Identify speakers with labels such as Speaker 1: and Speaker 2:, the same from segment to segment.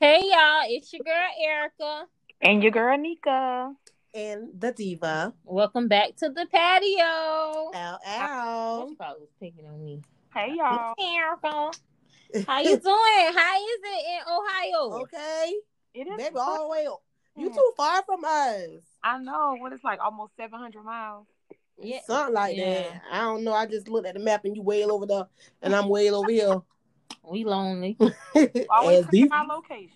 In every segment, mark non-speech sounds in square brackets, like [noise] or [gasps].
Speaker 1: Hey y'all, it's your girl Erica.
Speaker 2: And your girl Nika.
Speaker 3: and the diva.
Speaker 1: Welcome back to the patio.
Speaker 3: Ow, ow.
Speaker 1: That's probably was picking on me.
Speaker 2: Hey y'all.
Speaker 1: Hey, Erica.
Speaker 3: [laughs]
Speaker 1: How you doing? How is it in Ohio?
Speaker 3: Okay,
Speaker 2: It is
Speaker 3: baby, all the way. up. You too far from us.
Speaker 2: I know what it's like almost seven hundred miles.
Speaker 1: Yeah.
Speaker 3: Something like
Speaker 1: Yeah.
Speaker 3: that. I don't know. I just looked at the map and you way over there, and I'm way over here.
Speaker 1: We
Speaker 3: [laughs]
Speaker 1: lonely.
Speaker 2: Always
Speaker 3: As
Speaker 2: checking
Speaker 3: deep,
Speaker 2: my location.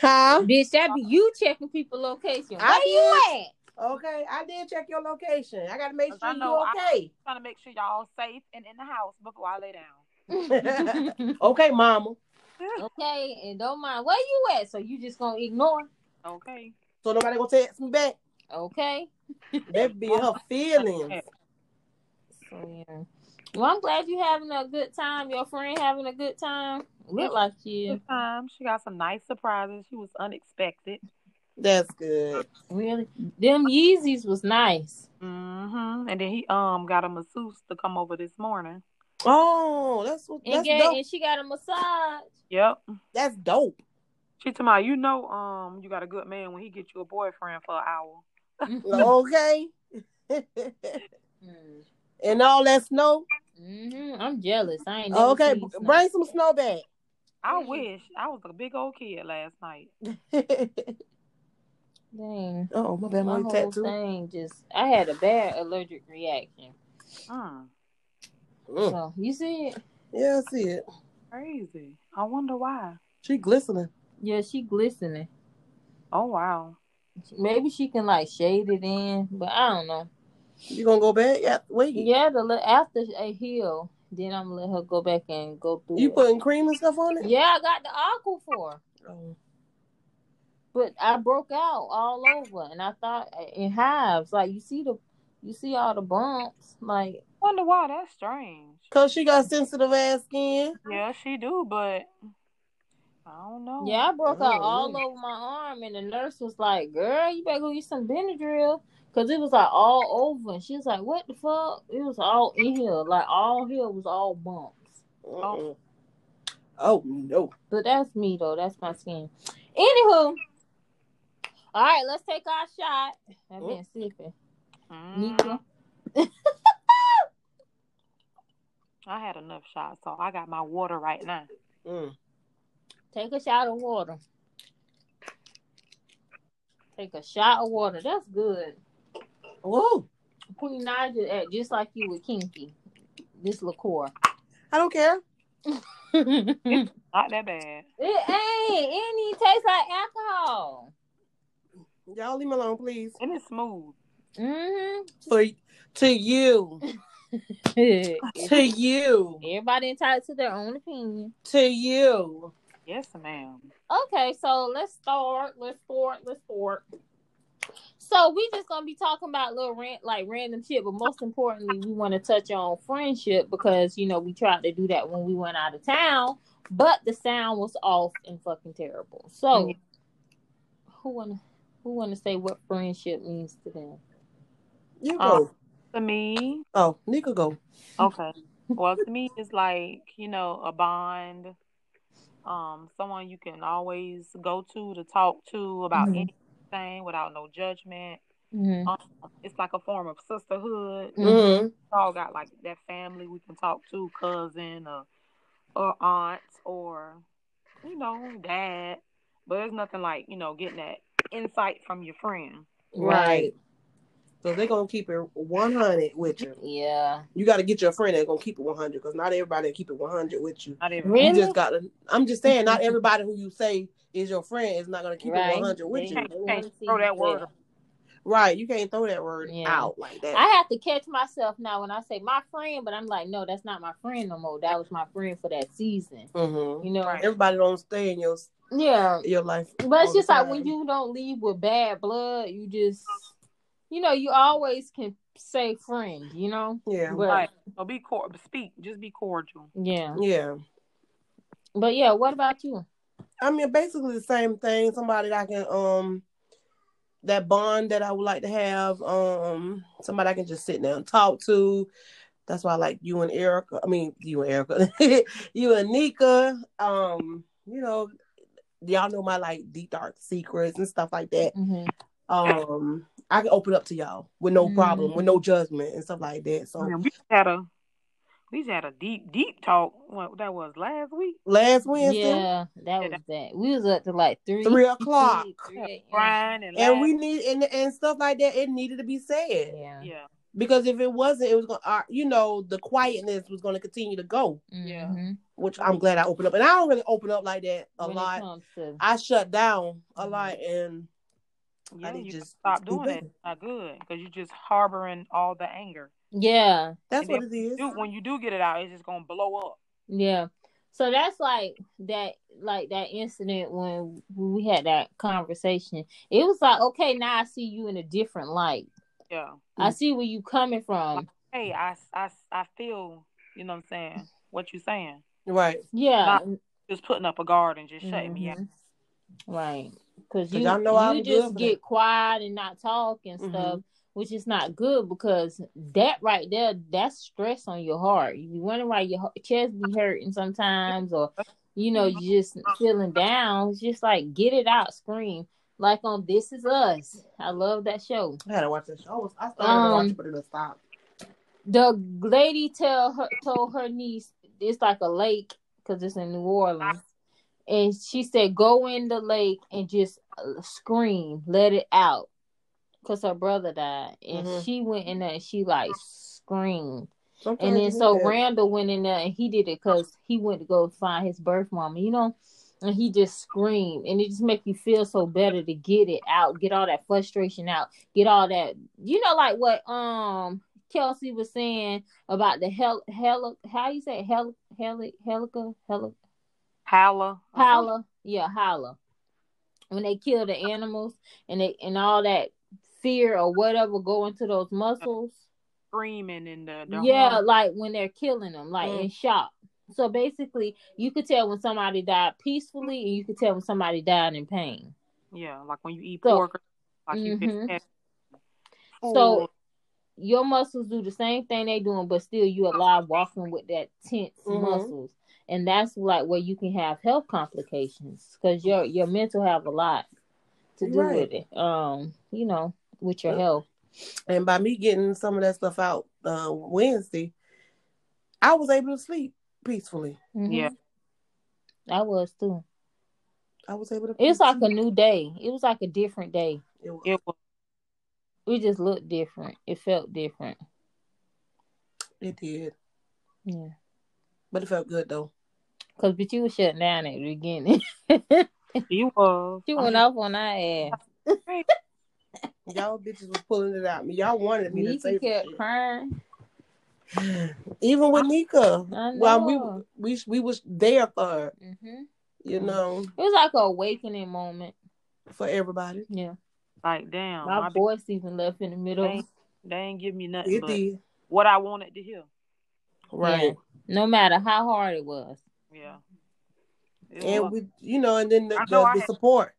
Speaker 3: huh?
Speaker 1: Bitch, that be you checking people location.
Speaker 3: I
Speaker 1: Where you at?
Speaker 3: Okay, I did check your location. I gotta make
Speaker 2: Cause
Speaker 3: sure
Speaker 2: I know
Speaker 3: you okay.
Speaker 2: Trying to make sure y'all safe and in the house before I lay down.
Speaker 1: [laughs]
Speaker 3: okay, [laughs] mama. [laughs]
Speaker 1: okay, and don't mind where you at. So you just gonna ignore.
Speaker 2: Okay.
Speaker 3: So nobody gonna text me back.
Speaker 1: Okay.
Speaker 3: That be her feelings.
Speaker 1: So yeah. Well, I'm glad you having a good time. Your friend having a good time. Look like you.
Speaker 2: This time she got some nice surprises. She was unexpected.
Speaker 3: That's good.
Speaker 1: Really? Them Yeezys was nice.
Speaker 2: Mm-hmm. And then he um got a masseuse to come over this morning.
Speaker 3: Oh, that's what.
Speaker 1: And,
Speaker 3: That's
Speaker 1: get,
Speaker 3: dope.
Speaker 1: and she got a
Speaker 3: [laughs]
Speaker 1: massage.
Speaker 2: Yep.
Speaker 3: That's dope.
Speaker 2: She told me, you know, um, you got a good man when he gets you a boyfriend for an hour.
Speaker 1: Mm-hmm.
Speaker 3: Okay. [laughs] and all that snow.
Speaker 1: hmm I'm jealous. I ain't never
Speaker 3: Okay,
Speaker 1: seen
Speaker 3: b-
Speaker 1: snow.
Speaker 3: bring some snow back.
Speaker 2: I
Speaker 1: Mhm.
Speaker 2: wish I was a big old kid last
Speaker 3: [laughs]
Speaker 2: night.
Speaker 1: Dang.
Speaker 3: oh, my bad,
Speaker 1: My
Speaker 3: my
Speaker 1: whole
Speaker 3: tattoo.
Speaker 1: thing just I had a bad allergic reaction.
Speaker 2: Mm,
Speaker 3: Mm.
Speaker 1: So you see it?
Speaker 3: Yeah, I see it.
Speaker 2: crazy. I wonder why.
Speaker 3: She glistening.
Speaker 1: Yeah, she glistening.
Speaker 2: Oh wow.
Speaker 1: Maybe she can like shade it in, but I don't know.
Speaker 3: You gonna go back? Yeah, wait.
Speaker 1: Yeah, the li- after a heal, then I'm gonna let her go back and go through.
Speaker 3: You
Speaker 1: it.
Speaker 3: putting cream and stuff on it?
Speaker 1: Yeah, I got the aqua for. her.
Speaker 3: Oh.
Speaker 1: but I broke out all over, and I thought in hives. Like you see the, you see all the bumps. Like
Speaker 2: Wonder why. That's strange.
Speaker 3: Cause she got sensitive ass skin.
Speaker 2: Yeah, she do, but I don't know.
Speaker 1: yeah, I broke out all
Speaker 3: Mm.
Speaker 1: over my arm, and the nurse was like, "Girl, you better go get some Benadryl," cause it was like all over. And she was like, "What the fuck?" It was all in here, like all here was all bumps.
Speaker 3: Oh. oh no.
Speaker 1: But that's me though. That's my skin. Anywho, all right, let's take our shot. I've been sipping.
Speaker 2: Mm,
Speaker 1: Nika,
Speaker 2: [laughs] I had enough shots, so I got my water right now.
Speaker 3: Mm.
Speaker 1: take a shot of water. Take a shot of water. That's good.
Speaker 3: Whoa.
Speaker 1: Queen Naja act just like you with Kinky. This liqueur.
Speaker 3: I don't care.
Speaker 1: it ain't. It
Speaker 2: Not that bad.
Speaker 1: It even tastes like alcohol.
Speaker 3: Y'all leave me alone, please.
Speaker 2: And it's smooth.
Speaker 1: Mm-hmm.
Speaker 3: For to you, to you,
Speaker 1: Everybody entitled to their own opinion.
Speaker 3: to you.
Speaker 2: Yes, ma'am.
Speaker 1: Okay, so let's start. Let's start. Let's start. So we just gonna be talking about little rant, like random shit, but most importantly, we want to touch on friendship because you know we tried to do that when we went out of town, but the sound was off and fucking terrible. So
Speaker 2: Yeah.
Speaker 1: who wanna who wanna say what friendship means to them?
Speaker 3: You
Speaker 2: Uh,
Speaker 1: Oh.
Speaker 3: go.
Speaker 2: To me,
Speaker 3: oh, Nika go.
Speaker 2: Okay. Well, to me, it's like, you know, a bond, um, someone you can always go to to talk to about
Speaker 1: Mhm.
Speaker 2: anything without no judgment.
Speaker 1: Mm-hmm.
Speaker 2: Um, it's like a form of sisterhood. We
Speaker 3: Mm-hmm.
Speaker 2: all got like that family we can talk to, cousin or, or aunt or, you know, dad. But there's nothing like, you know, getting that insight from your friend.
Speaker 3: Right. So they're gonna keep it 100 with you.
Speaker 1: Yeah.
Speaker 3: You gotta get your friend that's gonna keep it 100 because not everybody keep it 100 with you.
Speaker 2: Not even
Speaker 1: Really?
Speaker 3: You just gotta. I'm just
Speaker 1: [laughs]
Speaker 3: saying, not everybody who you say is your friend is not gonna keep
Speaker 1: Right.
Speaker 3: it 100 with
Speaker 1: They-
Speaker 3: you.
Speaker 2: can't,
Speaker 1: They wanna
Speaker 2: can't
Speaker 1: see
Speaker 2: throw
Speaker 1: you
Speaker 2: that word
Speaker 1: fail.
Speaker 2: up.
Speaker 3: Right? You can't throw that word
Speaker 1: Yeah.
Speaker 3: out like that.
Speaker 1: I have to catch myself now when I say my friend, but I'm like, no, that's not my friend no more. That was my friend for that season.
Speaker 3: mm-hmm.
Speaker 1: You know?
Speaker 2: Right.
Speaker 3: Everybody don't stay in your
Speaker 1: Yeah.
Speaker 3: your life.
Speaker 1: But
Speaker 3: all
Speaker 1: it's
Speaker 3: the
Speaker 1: just like when
Speaker 3: time.
Speaker 1: you don't leave with bad blood, you just you know, you always can say friend, you know?
Speaker 3: Yeah.
Speaker 1: But
Speaker 2: Right. So be cor- speak, just be cordial.
Speaker 1: yeah.
Speaker 3: Yeah.
Speaker 1: But yeah, what about you?
Speaker 3: I mean, basically the same thing. Somebody that I can um that bond that I would like to have. Um, somebody I can just sit down and talk to. That's why I like you and [laughs] Erica. I mean, you and Erica, you and Nika. Um, you know, y'all know my like deep dark secrets and stuff like that.
Speaker 1: Mhm.
Speaker 3: Um, I can open up to y'all with no problem,
Speaker 1: Mhm.
Speaker 3: with no judgment and stuff like that. So
Speaker 2: Man, we had a we just had a deep deep talk. What that was last week.
Speaker 3: last Wednesday,
Speaker 1: Yeah, that was that. We was up to like three,
Speaker 3: three o'clock,
Speaker 1: three a.m.
Speaker 2: Brian and,
Speaker 3: and
Speaker 2: laugh.
Speaker 3: we need and and stuff like that. It needed to be said.
Speaker 1: Yeah.
Speaker 2: yeah
Speaker 3: because if it wasn't, it was going. to uh, You know, the quietness was going to continue to go,
Speaker 2: Yeah.
Speaker 1: Mhm.
Speaker 3: which I'm glad I opened up. And I don't really open up like that a
Speaker 1: When it
Speaker 3: lot.
Speaker 1: comes to-
Speaker 3: I shut down a
Speaker 1: Mhm.
Speaker 3: lot, and I
Speaker 2: yeah
Speaker 3: didn't
Speaker 2: you gotta
Speaker 3: just
Speaker 2: stop
Speaker 3: keep
Speaker 2: doing that.
Speaker 3: it.
Speaker 2: It's not good because you're just harboring all the anger.
Speaker 1: yeah,
Speaker 3: that's
Speaker 2: And
Speaker 3: what it is.
Speaker 2: Dude, when you do get it out, it's just gonna blow up.
Speaker 1: yeah. So that's like that, like that incident when we had that conversation. It was like, okay, now I see you in a different light.
Speaker 2: Yeah.
Speaker 1: I see where you coming from.
Speaker 2: Hey, I I I feel you know what I'm saying. What you saying?
Speaker 3: Right?
Speaker 1: Yeah,
Speaker 2: Just putting up a guard and just shutting me out.
Speaker 1: Mhm. Right. Because
Speaker 3: 'Cause
Speaker 1: you,
Speaker 3: I know I'm
Speaker 1: you
Speaker 3: good
Speaker 1: just
Speaker 3: for
Speaker 1: get
Speaker 3: that.
Speaker 1: quiet and not talk and
Speaker 2: Mm-hmm.
Speaker 1: stuff, which is not good because that right there, that's stress on your heart. You wonder why your he- chest be hurting sometimes or, you know, you just feeling down. It's just like, get it out, scream. Like on This Is Us. I love that show.
Speaker 3: I had to watch that show. I, was, I started to watch
Speaker 1: Um,
Speaker 3: it, but it stopped.
Speaker 1: The lady tell her told her niece it's like a lake because it's in New Orleans, and she said go in the lake and just uh, scream, let it out, because her brother died, and
Speaker 3: Mhm.
Speaker 1: she went in there and she like screamed,
Speaker 3: Sometimes
Speaker 1: and
Speaker 3: you
Speaker 1: then so
Speaker 3: do that.
Speaker 1: Randall went in there and he did it because he went to go find his birth mama, you know. And he just screamed, and it just make you feel so better to get it out, get all that frustration out, get all that, you know, like what um Kelsey was saying about the hell, hell, how you say it? hell, hell, helica, helica,
Speaker 2: Holla.
Speaker 1: holla, yeah, holla. When they kill the animals and they and all that fear or whatever go into those muscles,
Speaker 2: Screaming and the, the
Speaker 1: yeah,
Speaker 2: horn.
Speaker 1: like when they're killing them, like in shock. So basically, you could tell when somebody died peacefully, and you could tell when somebody died in pain.
Speaker 2: Yeah, like when you eat
Speaker 1: So-
Speaker 2: pork, like you
Speaker 1: Mhm.
Speaker 2: just had
Speaker 3: Oh.
Speaker 1: So your muscles do the same thing they doing, but still you alive walking with that tense
Speaker 3: Mhm.
Speaker 1: muscles, and that's like where you can have health complications because your your mental have a lot to do
Speaker 3: Right.
Speaker 1: with it. Um, you know, with your
Speaker 3: Yeah.
Speaker 1: health.
Speaker 3: And by me getting some of that stuff out uh, Wednesday, I was able to sleep peacefully.
Speaker 1: Mhm.
Speaker 2: Yeah.
Speaker 1: I was too.
Speaker 3: I was able to.
Speaker 1: It's like a new day. It was like a different day.
Speaker 3: It was-
Speaker 2: it was
Speaker 1: It just looked different. It felt different.
Speaker 3: it did,
Speaker 1: Yeah.
Speaker 3: but it felt good though.
Speaker 1: Cause but you was shutting down at the beginning. [laughs]
Speaker 2: you was
Speaker 1: she went off on our ass.
Speaker 3: Y'all bitches was pulling it out me. Y'all wanted me to
Speaker 1: Nika
Speaker 3: say some
Speaker 1: kept
Speaker 3: shit.
Speaker 1: crying.
Speaker 3: Even with Nika,
Speaker 1: I know.
Speaker 3: well, we we we was there for her,
Speaker 1: hmm
Speaker 3: you know
Speaker 1: It was like an awakening moment.
Speaker 3: for everybody.
Speaker 1: Yeah.
Speaker 2: like damn,
Speaker 1: My
Speaker 2: my
Speaker 1: voice even left in the middle.
Speaker 2: Thank- they ain't give me nothing
Speaker 3: It
Speaker 2: but
Speaker 3: did
Speaker 2: what I wanted to hear.
Speaker 3: right,
Speaker 1: No matter how hard it was.
Speaker 2: Yeah. It
Speaker 3: and
Speaker 2: was-
Speaker 3: we you know, and then the,
Speaker 2: I know
Speaker 3: the,
Speaker 2: I
Speaker 3: the
Speaker 2: had-
Speaker 3: support,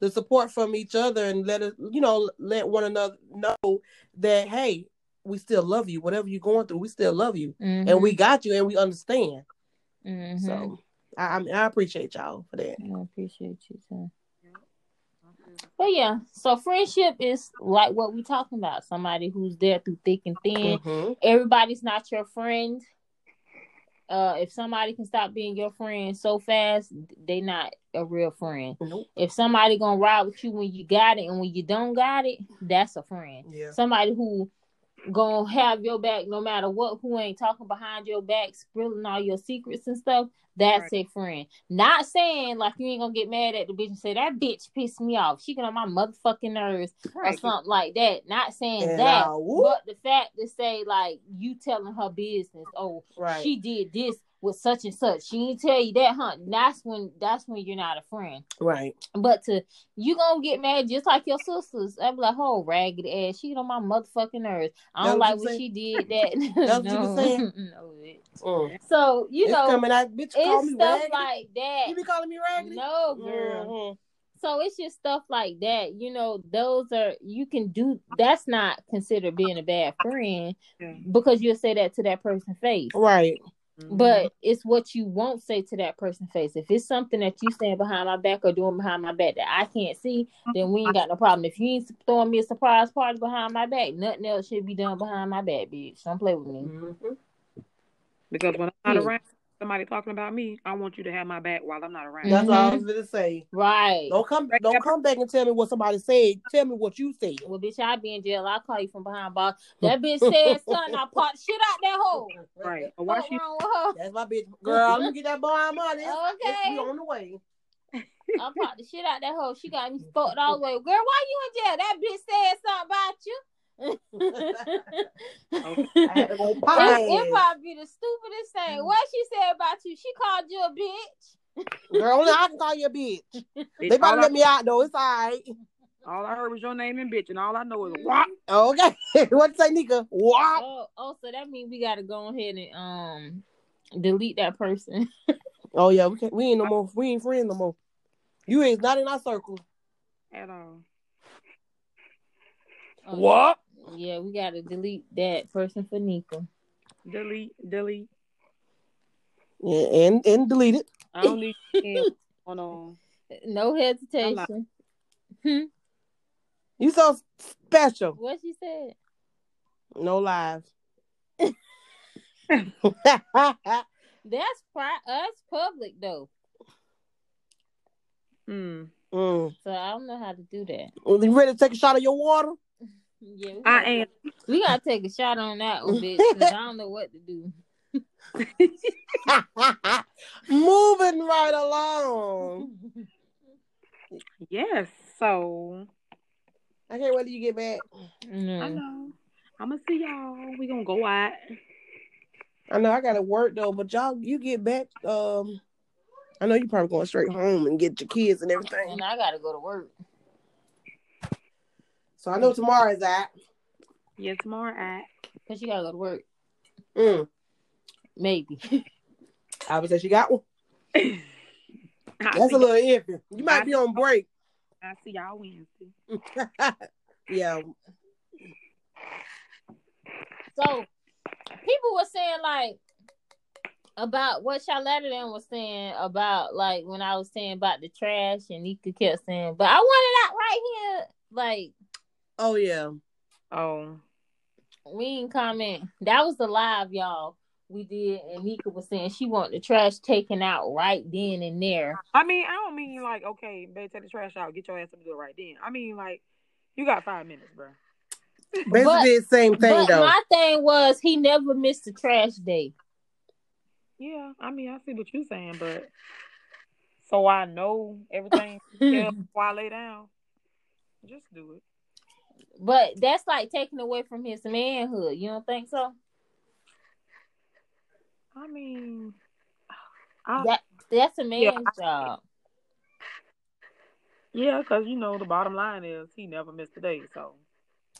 Speaker 3: the support from each other, and let us you know let one another know that hey, we still love you. Whatever you're going through, we still love you,
Speaker 1: Mm-hmm.
Speaker 3: and we got you, and we understand.
Speaker 1: Mhm.
Speaker 3: So I I, mean, I appreciate y'all for that.
Speaker 1: I appreciate you too. But yeah, so friendship is like what we talking about. Somebody who's there through thick and thin.
Speaker 3: Mm-hmm.
Speaker 1: everybody's not your friend. Uh, if somebody can stop being your friend so fast, they not a real friend.
Speaker 3: Nope.
Speaker 1: If somebody gonna ride with you when you got it and when you don't got it, that's a friend.
Speaker 3: Yeah.
Speaker 1: Somebody who gonna have your back no matter what, who ain't talking behind your back, spilling all your secrets and stuff, that's a friend. Not saying like you ain't gonna get mad at the bitch and say that bitch pissed me off. She get on my motherfucking nerves or
Speaker 2: Right.
Speaker 1: something like that. Not saying
Speaker 3: And,
Speaker 1: that,
Speaker 3: uh, whoop.
Speaker 1: but the fact to say like you telling her business, oh
Speaker 3: Right.
Speaker 1: she did this with such and such. She didn't tell you that, huh? That's when that's when you're not a friend.
Speaker 3: right.
Speaker 1: But to you gonna get mad just like your sisters. I'm like, oh ragged ass, she on my motherfucking nerves. I
Speaker 3: That's
Speaker 1: don't
Speaker 3: what
Speaker 1: like
Speaker 3: you
Speaker 1: what
Speaker 3: say-
Speaker 1: she
Speaker 3: [laughs]
Speaker 1: did. That [laughs]
Speaker 3: That's what you been saying?
Speaker 1: no, bitch.
Speaker 3: Mm.
Speaker 1: So you
Speaker 3: it's
Speaker 1: know,
Speaker 3: coming out. Bitch, call
Speaker 1: it's
Speaker 3: me
Speaker 1: stuff
Speaker 3: raggedy.
Speaker 1: like that.
Speaker 3: you be calling me raggedy?
Speaker 1: No, girl.
Speaker 3: Mhm.
Speaker 1: So it's just stuff like that, you know. Those are you can do. That's not considered being a bad friend
Speaker 2: Yeah.
Speaker 3: Mm-hmm.
Speaker 1: because you'll say that to that person's face.
Speaker 3: Right.
Speaker 2: Mm-hmm.
Speaker 1: But it's what you won't say to that person's face. If it's something that you saying behind my back or doing behind my back that I can't see, then we ain't got no problem. If you ain't throwing me a surprise party behind my back, nothing else should be done behind my back, bitch. Don't play with
Speaker 2: Mm-hmm.
Speaker 1: me.
Speaker 3: Mhm.
Speaker 2: Because when I'm not
Speaker 1: Yeah.
Speaker 2: around, somebody talking about me, I want you to have my back while I'm not around.
Speaker 1: Yeah.
Speaker 3: That's what I was gonna say.
Speaker 1: Right.
Speaker 3: Don't come, don't come back and tell me what somebody said. Tell me what you said.
Speaker 1: Well, bitch, I be in jail. I call you from behind bars. That bitch said something. I popped shit out that hole.
Speaker 2: Right. Or [laughs] why
Speaker 1: What's
Speaker 2: she
Speaker 1: wrong with
Speaker 3: That's
Speaker 1: [laughs]
Speaker 3: my bitch, girl. I'm gonna get that bar money.
Speaker 1: her?
Speaker 3: It's- We
Speaker 1: Okay.
Speaker 3: on
Speaker 1: [laughs]
Speaker 3: the way.
Speaker 1: I popped the shit out that hole. She [laughs] got me fucked all the way. Girl, why you in jail? That bitch said something about you. [laughs]
Speaker 3: I had to go
Speaker 1: That's
Speaker 3: pie.
Speaker 1: it probably be the stupidest thing. What she said about you? She called you a bitch.
Speaker 3: Girl, only I can call you a bitch. They
Speaker 2: all,
Speaker 3: about
Speaker 2: I,
Speaker 3: to let me out though. It's all right.
Speaker 2: all I heard was your name and bitch, and all I know is what
Speaker 3: Okay. [laughs] what say, Nika? What?
Speaker 1: Oh, oh, so that means we gotta go ahead and um delete that person.
Speaker 3: Oh yeah, we can, we ain't no more. We ain't friends no more. You is not in our circle.
Speaker 2: at all.
Speaker 1: Oh,
Speaker 3: What?
Speaker 1: Yeah, we gotta delete that person for Nika.
Speaker 2: Delete, delete.
Speaker 3: Yeah, and and delete it.
Speaker 2: I don't [laughs] need to hear what's going on.
Speaker 1: No hesitation. Hmm?
Speaker 3: You so special.
Speaker 1: What she said?
Speaker 2: [laughs]
Speaker 3: No lies. [laughs] Mm.
Speaker 1: That's pri- us public though.
Speaker 2: Mm.
Speaker 3: mm.
Speaker 1: So I don't know how to do that.
Speaker 3: You ready to take a shot of your water? [laughs]
Speaker 1: Yeah, we
Speaker 2: I
Speaker 1: gotta,
Speaker 2: am.
Speaker 1: we gotta take a shot on that one, bitch. 'cause I don't know what to do.
Speaker 3: Moving right along.
Speaker 2: Um,
Speaker 1: [laughs]
Speaker 2: Yes. So
Speaker 3: I can't wait till you get back.
Speaker 2: I
Speaker 1: Mm.
Speaker 2: know. I'm gonna see y'all. We gonna go out.
Speaker 3: I know I gotta work though, but y'all, you get back. Um, I know you probably going straight home and get your kids and everything.
Speaker 1: And I gotta go to work.
Speaker 3: So I know tomorrow is that.
Speaker 2: Yeah, tomorrow [laughs] at.
Speaker 1: Cause you gotta go to work.
Speaker 3: Mm.
Speaker 1: Maybe.
Speaker 3: I would say she got one.
Speaker 2: I
Speaker 3: That's
Speaker 2: see,
Speaker 3: a little iffy. You might be on break. [laughs]
Speaker 2: I see y'all Wednesday.
Speaker 3: yeah.
Speaker 1: So people were saying like about what Charlotta then was saying about like when I was saying about the trash and Nika kept saying, but I want it out right here. Like
Speaker 3: Oh yeah.
Speaker 2: Oh,
Speaker 1: we ain't comment. That was the live, y'all. We did, and Nika was saying she want the trash taken out right then and there.
Speaker 2: I mean, I don't mean like okay, babe, take the trash out, get your ass up and do it right then. I mean like, you got five minutes, bro.
Speaker 3: Basically, it's the same thing
Speaker 1: But
Speaker 3: though.
Speaker 1: my thing was he never missed a trash day.
Speaker 2: Yeah, I mean, I see what you're saying, but so I know [laughs] everything else before I lay down. Just do it.
Speaker 1: But that's like taken away from his manhood. You don't think so?
Speaker 2: I mean, I,
Speaker 1: That that's a man's
Speaker 2: Oh. Yeah.
Speaker 1: job.
Speaker 2: yeah, because you know the bottom line is he never missed a day. So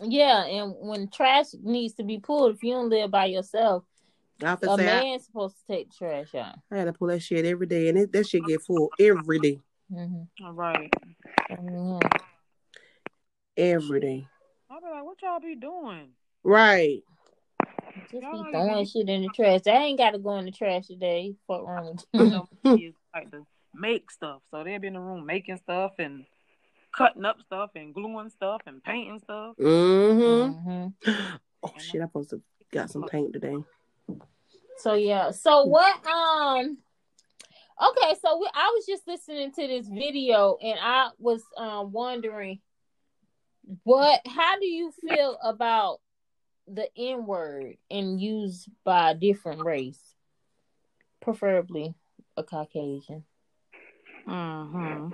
Speaker 1: Yeah, and when trash needs to be pulled, if you don't live by yourself,
Speaker 3: I have to
Speaker 1: a
Speaker 3: say I-
Speaker 1: man's supposed to take the trash out.
Speaker 3: I, had to pull that shit every day, and it, that shit get full every day,
Speaker 1: hmm
Speaker 2: all right,
Speaker 1: Mm-hmm.
Speaker 3: every day.
Speaker 2: I'll be like, what y'all be [laughs] doing?
Speaker 3: Right.
Speaker 1: Just be throwing shit in the trash. I ain't got to go in the trash today. Fuck wrong with
Speaker 2: You
Speaker 1: you?
Speaker 2: know, kids like to make stuff, so they'll be in the room making stuff and cutting up stuff and gluing stuff and painting stuff.
Speaker 3: Mm-hmm.
Speaker 1: Mhm.
Speaker 3: [gasps] Oh shit! I supposed to got some paint today.
Speaker 1: So yeah. So what? Um. Okay. So we, I was just listening to this video, and I was um wondering, what? How do you feel about the N word and used by a different race, preferably a Caucasian?
Speaker 2: Mm-hmm.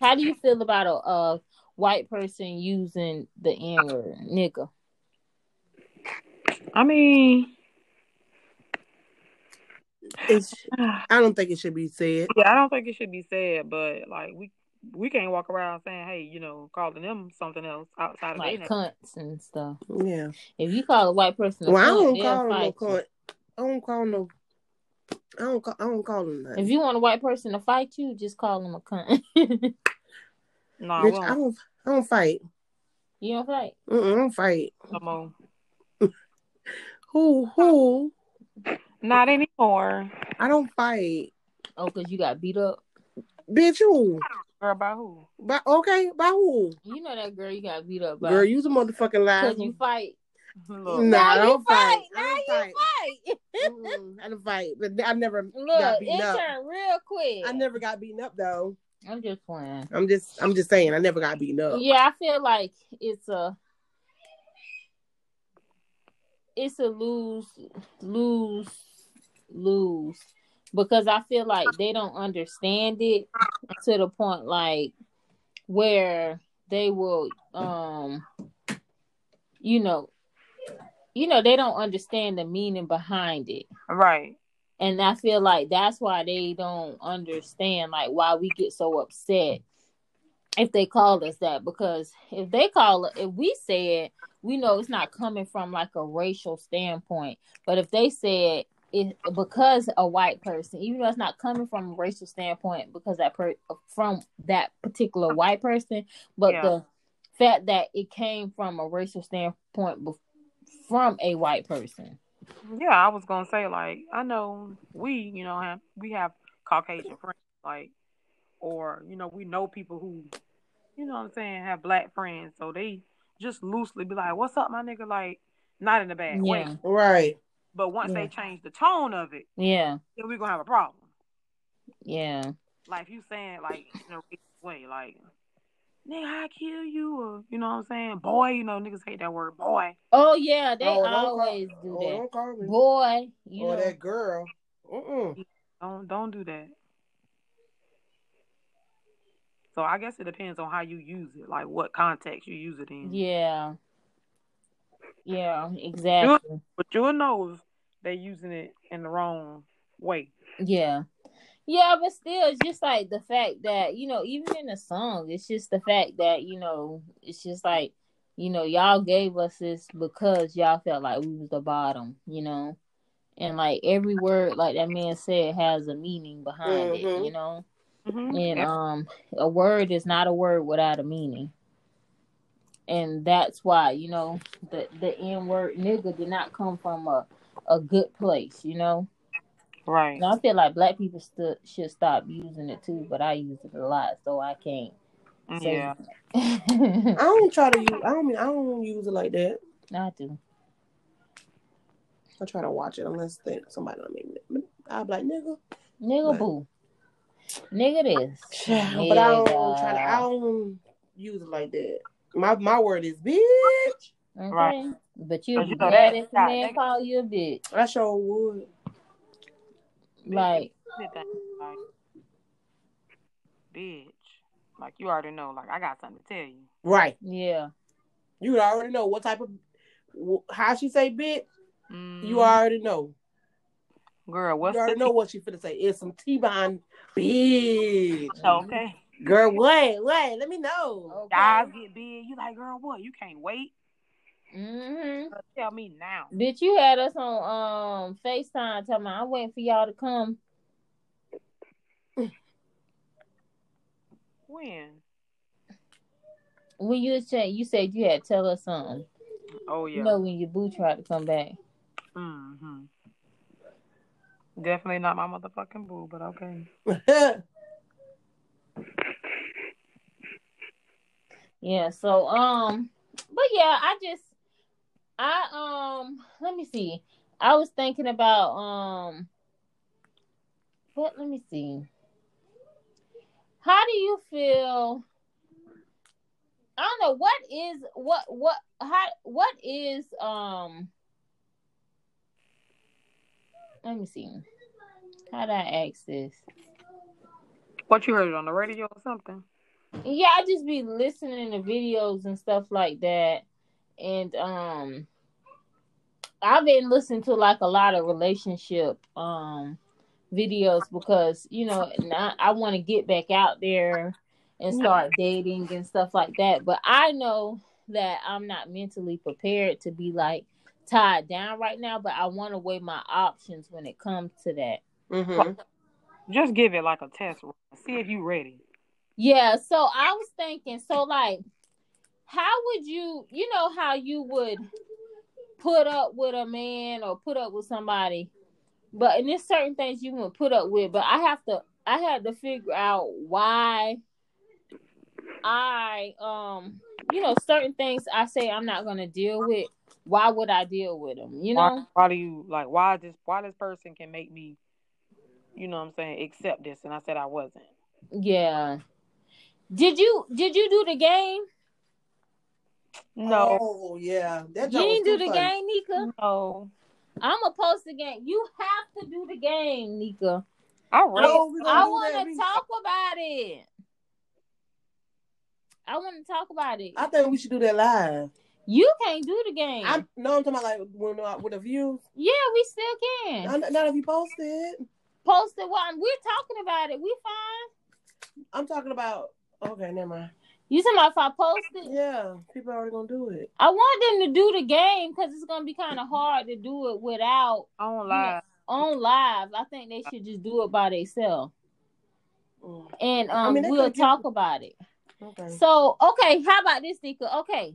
Speaker 1: How do you feel about a, a white person using the N word, nigga?
Speaker 2: I mean,
Speaker 3: It's.
Speaker 2: yeah,
Speaker 3: I don't think it should be said.
Speaker 2: I don't think it should be said, but like we we can't walk around saying, hey, you know, calling them something else outside of
Speaker 1: Like
Speaker 2: their name.
Speaker 1: cunts and stuff.
Speaker 3: Yeah.
Speaker 1: If you call a white person a
Speaker 3: Well, I
Speaker 1: cunt, they'll
Speaker 3: don't call him no
Speaker 1: fight you.
Speaker 3: cunt. I don't call no. I don't. Call, I don't call him
Speaker 1: If
Speaker 3: nothing.
Speaker 1: you want a white person to fight you, just call them a cunt. [laughs] you
Speaker 2: Nah, we
Speaker 3: Bitch, I
Speaker 2: don't
Speaker 3: don't. I don't fight.
Speaker 1: don't fight.
Speaker 3: Mm-mm, I don't fight.
Speaker 2: no more.
Speaker 3: Who? Who?
Speaker 2: Not anymore.
Speaker 3: I don't fight.
Speaker 1: Oh, cause you got beat up.
Speaker 3: Bitch, you.
Speaker 2: Girl, by who? [laughs]
Speaker 3: By, okay, by who?
Speaker 1: You know that girl you got beat up by.
Speaker 3: Girl, you the motherfucking liar.
Speaker 1: Cause you fight.
Speaker 2: Look,
Speaker 3: No.
Speaker 1: now
Speaker 3: I
Speaker 1: you
Speaker 3: don't
Speaker 1: fight.
Speaker 3: fight. I don't
Speaker 1: Now you
Speaker 3: fight.
Speaker 1: fight. [laughs]
Speaker 3: Mm-mm, I don't fight, but I never
Speaker 1: Look,
Speaker 3: got beaten
Speaker 1: it
Speaker 3: up.
Speaker 1: turned real quick.
Speaker 3: I never got beaten up though.
Speaker 1: I'm just playing.
Speaker 3: I'm just, I'm just saying, I never got beaten up.
Speaker 1: Yeah, I feel like it's a it's a lose lose lose because I feel like they don't understand it to the point like where they will um you know you know they don't understand the meaning behind it
Speaker 2: right.
Speaker 1: and I feel like that's why they don't understand like why we get so upset if they call us that because if they call it if we said we know it's not coming from like a racial standpoint but if they said it because a white person even though it's not coming from a racial standpoint because that per from that particular white person but
Speaker 2: Yeah.
Speaker 1: the fact that it came from a racial standpoint bef- from a white person
Speaker 2: Yeah, I was gonna say like I know we, you know, have, we have Caucasian friends, like, or you know, we know people who, you know, what I'm saying, have black friends, so they just loosely be like, "What's up, my nigga?" Like, not in a bad way,
Speaker 1: Yeah.
Speaker 3: Right.
Speaker 2: but once
Speaker 1: Yeah.
Speaker 2: they change the tone of it,
Speaker 1: yeah
Speaker 2: then we're gonna have a problem.
Speaker 1: yeah
Speaker 2: Like if you saying it, like in a racist way, like, "Nigga, I kill you," or you know what I'm saying, "Boy," you know, niggas hate that word, "boy."
Speaker 1: oh yeah they
Speaker 3: Oh, don't call-
Speaker 1: always do
Speaker 3: oh,
Speaker 1: that
Speaker 3: Don't call me.
Speaker 1: boy you
Speaker 3: or
Speaker 1: know,
Speaker 3: that girl. Mm-mm.
Speaker 2: Don't don't do that. So I guess it depends on how you use it, like what context you use it in.
Speaker 1: Yeah. Yeah, exactly.
Speaker 2: But you'll know if they're using it in the wrong way.
Speaker 1: Yeah. Yeah, but still it's just like the fact that, you know, even in the song, it's just the fact that, you know, it's just like, you know, y'all gave us this because y'all felt like we was the bottom, you know. And like every word like that man said has a meaning behind it,
Speaker 3: Mhm.
Speaker 1: you know.
Speaker 2: Mm-hmm.
Speaker 1: And um a word is not a word without a meaning. and that's why you know the the n word nigga did not come from a a good place, you know.
Speaker 2: right.
Speaker 1: And I feel like black people stu- should stop using it too, but I use it a lot, so I can't [laughs] say.
Speaker 2: Yeah.
Speaker 3: I don't try to use. I don't. I don't use it like that.
Speaker 1: I do.
Speaker 3: I try to watch it unless they, somebody don't make me. I'll be like nigga, [sighs]
Speaker 1: Nigga
Speaker 3: But-
Speaker 1: boo. Nigga this.
Speaker 3: but I don't
Speaker 1: Nigga.
Speaker 3: try to. I don't use it like that. My my word is bitch.
Speaker 1: Okay.
Speaker 2: Right.
Speaker 1: But you'll
Speaker 2: But
Speaker 1: be
Speaker 2: you know
Speaker 1: mad
Speaker 2: that-
Speaker 1: if a man
Speaker 2: that-
Speaker 1: call you a bitch.
Speaker 3: I sure would.
Speaker 1: Like,
Speaker 2: Sit down, like, bitch. Like you already know. Like I got something to tell you.
Speaker 3: Right.
Speaker 1: yeah.
Speaker 3: You already know what type of wh- how she say bitch. You
Speaker 1: Mm-hmm.
Speaker 2: Mhm.
Speaker 3: already know.
Speaker 2: girl. What's
Speaker 3: you
Speaker 2: the
Speaker 3: already know what she finna say. It's some T behind bitch.
Speaker 2: tea? okay?
Speaker 3: Girl, what? What? Let me
Speaker 1: Mm-hmm.
Speaker 3: know.
Speaker 2: Guys get big. You like, girl, what? You can't wait.
Speaker 1: hmm
Speaker 2: Girl, tell me now.
Speaker 1: Bitch, you had us on um FaceTime talking about I'm waiting for y'all to come.
Speaker 2: When?
Speaker 1: When you was chat, you said you had to tell us something.
Speaker 2: Oh yeah.
Speaker 1: You know when your boo tried to come back.
Speaker 2: hmm Definitely not my motherfucking boo, but okay.
Speaker 3: [laughs]
Speaker 1: Yeah, so um but yeah, I just I um let me see. I was thinking about um what let me see. How do you feel I don't know what is what what how what is um let me see. How do I ask this?
Speaker 2: What you heard it on the radio or something?
Speaker 1: Yeah, I just be listening to videos and stuff like that. And um I've been listening to like a lot of relationship um videos because you know and I, I want to get back out there and start dating and stuff like that. But I know that I'm not mentally prepared to be like tied down right now, but I want to weigh my options when it comes to that.
Speaker 3: hmm
Speaker 2: Mm-hmm.
Speaker 1: [laughs]
Speaker 2: Just give it like a test run. See if you ready.
Speaker 1: Yeah, so I was thinking, so like, how would you, you know, how you would put up with a man or put up with somebody But and there's certain things you can put up with, but I have to I had to figure out why I um you know certain things I say I'm not gonna deal with. Why would I deal with them? You
Speaker 2: Why-
Speaker 1: know,
Speaker 2: why, do you like why this why this person can make me you know what I'm saying, accept this and I said I wasn't.
Speaker 1: yeah. Did you did you do the game?
Speaker 2: No.
Speaker 3: Oh yeah, that
Speaker 1: You
Speaker 3: joke was
Speaker 1: didn't do
Speaker 3: too
Speaker 1: the
Speaker 3: funny.
Speaker 1: game, Nika.
Speaker 2: No.
Speaker 1: I'm gonna post the game. You have to do the game, Nika.
Speaker 2: I read
Speaker 3: No, we gonna
Speaker 1: I
Speaker 3: do that.
Speaker 1: want
Speaker 3: We-
Speaker 1: to talk about it. I want to talk about it.
Speaker 3: I think we should do that live.
Speaker 1: you can't do the game.
Speaker 3: I no, I'm talking about like when uh, with a view.
Speaker 1: yeah, we still can.
Speaker 3: Not, not if you post it.
Speaker 1: post it while we're talking about it. We fine.
Speaker 3: I'm talking about. Okay, never mind.
Speaker 1: You talking about if I post it?
Speaker 3: Yeah, people are already gonna do it.
Speaker 1: I want them to do the game because it's gonna be kind of hard to do it without
Speaker 2: on live.
Speaker 1: on live. I think they should just do it by themselves,
Speaker 3: Mm,
Speaker 1: and
Speaker 3: I
Speaker 1: um,
Speaker 3: mean, they
Speaker 1: we'll
Speaker 3: could do-
Speaker 1: talk about it.
Speaker 3: okay.
Speaker 1: So, okay, how about this, Nika? Okay,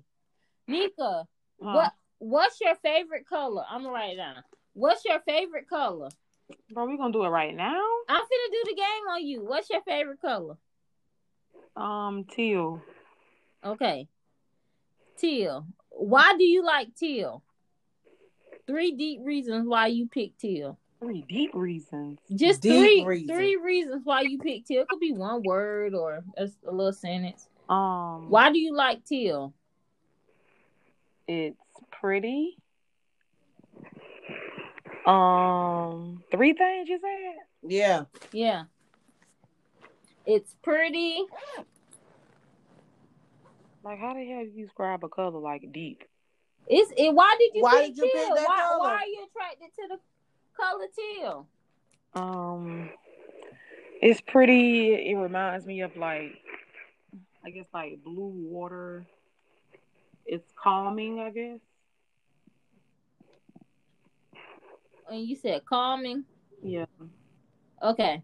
Speaker 1: Nika,
Speaker 2: Huh?
Speaker 1: what what's your favorite color? I'm gonna write it down. What's your favorite color?
Speaker 2: Bro, we gonna do it right now?
Speaker 1: I'm finna do the game on you. What's your favorite color?
Speaker 2: Um, Teal.
Speaker 1: Okay. Teal. Why do you like teal? Three deep reasons why you pick teal.
Speaker 2: Three deep reasons.
Speaker 1: Just
Speaker 3: Deep
Speaker 1: three
Speaker 3: reasons.
Speaker 1: three reasons why you pick teal. It could be one word or a, a little sentence.
Speaker 2: Um
Speaker 1: Why do you like teal?
Speaker 2: it's pretty. Um three things you said?
Speaker 3: Yeah,
Speaker 1: Yeah. It's pretty.
Speaker 2: Like how the hell do you describe a color like deep?
Speaker 1: It's it why did you
Speaker 3: Why
Speaker 1: pick
Speaker 3: did you pick
Speaker 1: teal?
Speaker 3: that
Speaker 1: why
Speaker 3: color?
Speaker 1: why are you attracted to the color teal?
Speaker 2: Um, it's pretty. It reminds me of like, I guess like blue water. It's calming, I guess.
Speaker 1: And you said calming.
Speaker 2: Yeah.
Speaker 1: Okay.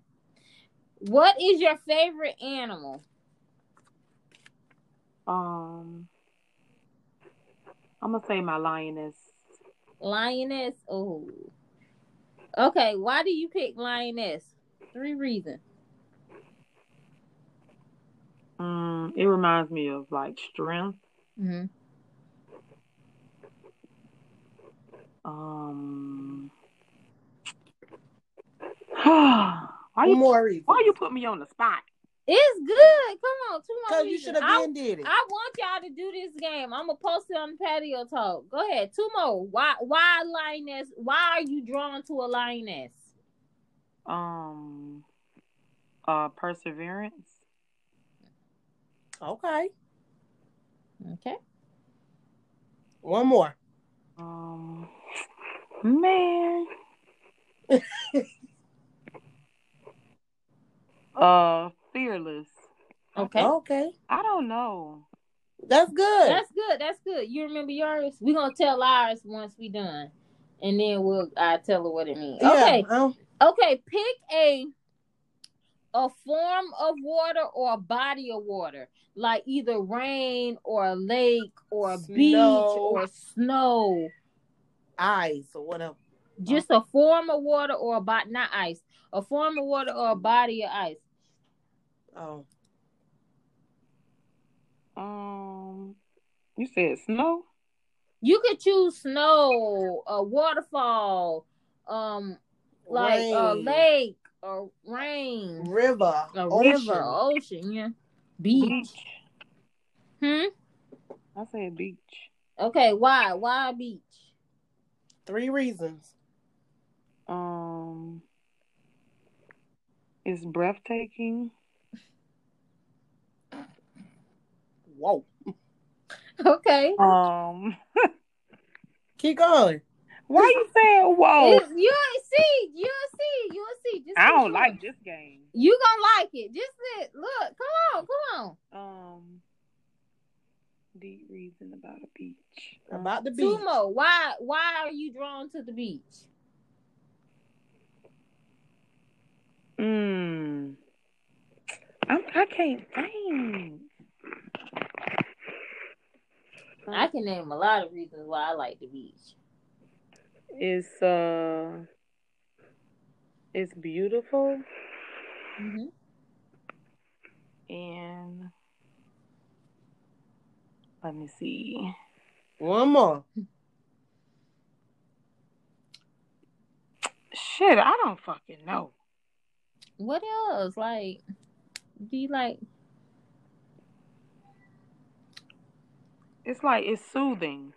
Speaker 1: What is your favorite animal?
Speaker 2: Um, I'm gonna say my lioness.
Speaker 1: Lioness. Oh. Okay, why do you pick lioness? Three reasons.
Speaker 2: Um, it reminds me of like strength.
Speaker 1: Mm-hmm.
Speaker 2: Um, [sighs] why
Speaker 3: one
Speaker 2: you
Speaker 3: more reason.
Speaker 2: why you put me on the spot?
Speaker 1: It's good. Come on, two more
Speaker 3: Because you should
Speaker 1: reasons.
Speaker 3: have
Speaker 1: I,
Speaker 3: been did it.
Speaker 1: I want y'all to do this game. I'm gonna post it on the patio talk. Go ahead. Two more. Why why lioness? Why are you drawn to a lioness?
Speaker 2: Um, uh, perseverance.
Speaker 3: okay,
Speaker 1: Okay.
Speaker 3: one more.
Speaker 2: Um, man. uh, fearless.
Speaker 1: Okay.
Speaker 3: Okay,
Speaker 2: I don't know.
Speaker 3: that's good.
Speaker 1: That's good. That's good. You remember yours? We're gonna tell ours once we done. And then we'll I tell her what it means.
Speaker 3: yeah,
Speaker 1: Okay.
Speaker 3: um,
Speaker 1: Okay, pick a a form of water or a body of water, like either rain or a lake or a beach
Speaker 3: Snow.
Speaker 1: or snow.
Speaker 3: eyes or whatever.
Speaker 1: Just a form of water or a body, not ice. A form of water or a body of ice.
Speaker 3: Oh,
Speaker 2: Um, you said snow.
Speaker 1: You could choose snow, a waterfall, um, like a
Speaker 3: Rain.
Speaker 1: lake, a rain,
Speaker 3: river,
Speaker 1: a river,
Speaker 3: ocean.
Speaker 1: ocean, yeah, beach. Hmm.
Speaker 2: I said beach.
Speaker 1: Okay. Why? Why beach? [laughs]
Speaker 3: Three reasons.
Speaker 2: Um, it's breathtaking.
Speaker 3: Whoa,
Speaker 1: Okay.
Speaker 2: Um,
Speaker 3: keep going.
Speaker 2: why you saying whoa?
Speaker 1: It- You'll see. You'll see. You'll see. Just
Speaker 2: Oh. I don't
Speaker 1: keep
Speaker 2: like
Speaker 1: going.
Speaker 2: this game.
Speaker 1: You gonna like it. Just sit. Look. Come on. Come on.
Speaker 2: Um, deep reason about a beach. Um,
Speaker 3: About the beach.
Speaker 1: Sumo, why why are you drawn to the beach?
Speaker 2: Mm. I'm, I can't think.
Speaker 1: I can name a lot of reasons why I like the beach.
Speaker 2: It's uh It's beautiful
Speaker 1: hmm
Speaker 2: and let me see.
Speaker 3: One more.
Speaker 2: Shit, I don't fucking know.
Speaker 1: What else? Like, do you like?
Speaker 2: It's like it's soothing.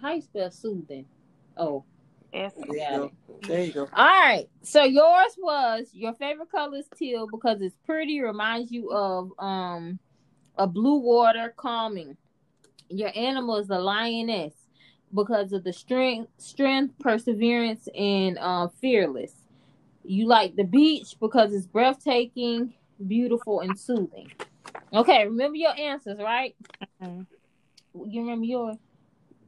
Speaker 1: How you spell soothing? Oh,
Speaker 2: It's
Speaker 1: Got it.
Speaker 3: There you go.
Speaker 1: all right. So yours was your favorite color is teal because it's pretty, reminds you of um a blue water calming. Your animal is a lioness because of the strength, strength, perseverance, and um, fearless. You like the beach because it's breathtaking, beautiful, and soothing. Okay, remember your answers, right?
Speaker 2: Mhm.
Speaker 1: You remember yours?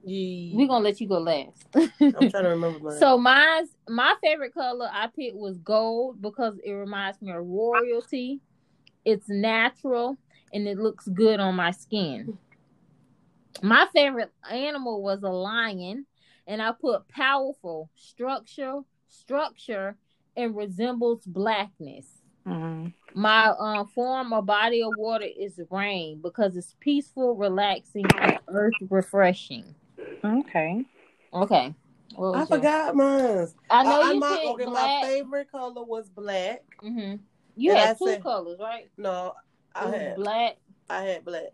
Speaker 3: Ye-
Speaker 1: We're gonna let you go last.
Speaker 3: I'm trying to remember. Mine.
Speaker 1: So mine's my favorite color I picked was gold because it reminds me of royalty. It's natural and it looks good on my skin. My favorite animal was a lion, and I put powerful structure, structure, and resembles blackness.
Speaker 2: Mhm.
Speaker 1: My uh, form or body of water is rain because it's peaceful, relaxing, and earth refreshing.
Speaker 2: Okay.
Speaker 1: Okay. What
Speaker 3: I
Speaker 1: was yours?
Speaker 3: forgot mine.
Speaker 1: I know
Speaker 3: I-
Speaker 1: you
Speaker 3: my,
Speaker 1: picked
Speaker 3: okay,
Speaker 1: black.
Speaker 3: my favorite color was black.
Speaker 1: hmm You
Speaker 3: And
Speaker 1: had
Speaker 3: I
Speaker 1: two
Speaker 3: said-
Speaker 1: colors, right?
Speaker 3: No,
Speaker 1: It
Speaker 3: I
Speaker 1: was
Speaker 3: had
Speaker 1: black.
Speaker 3: I had black.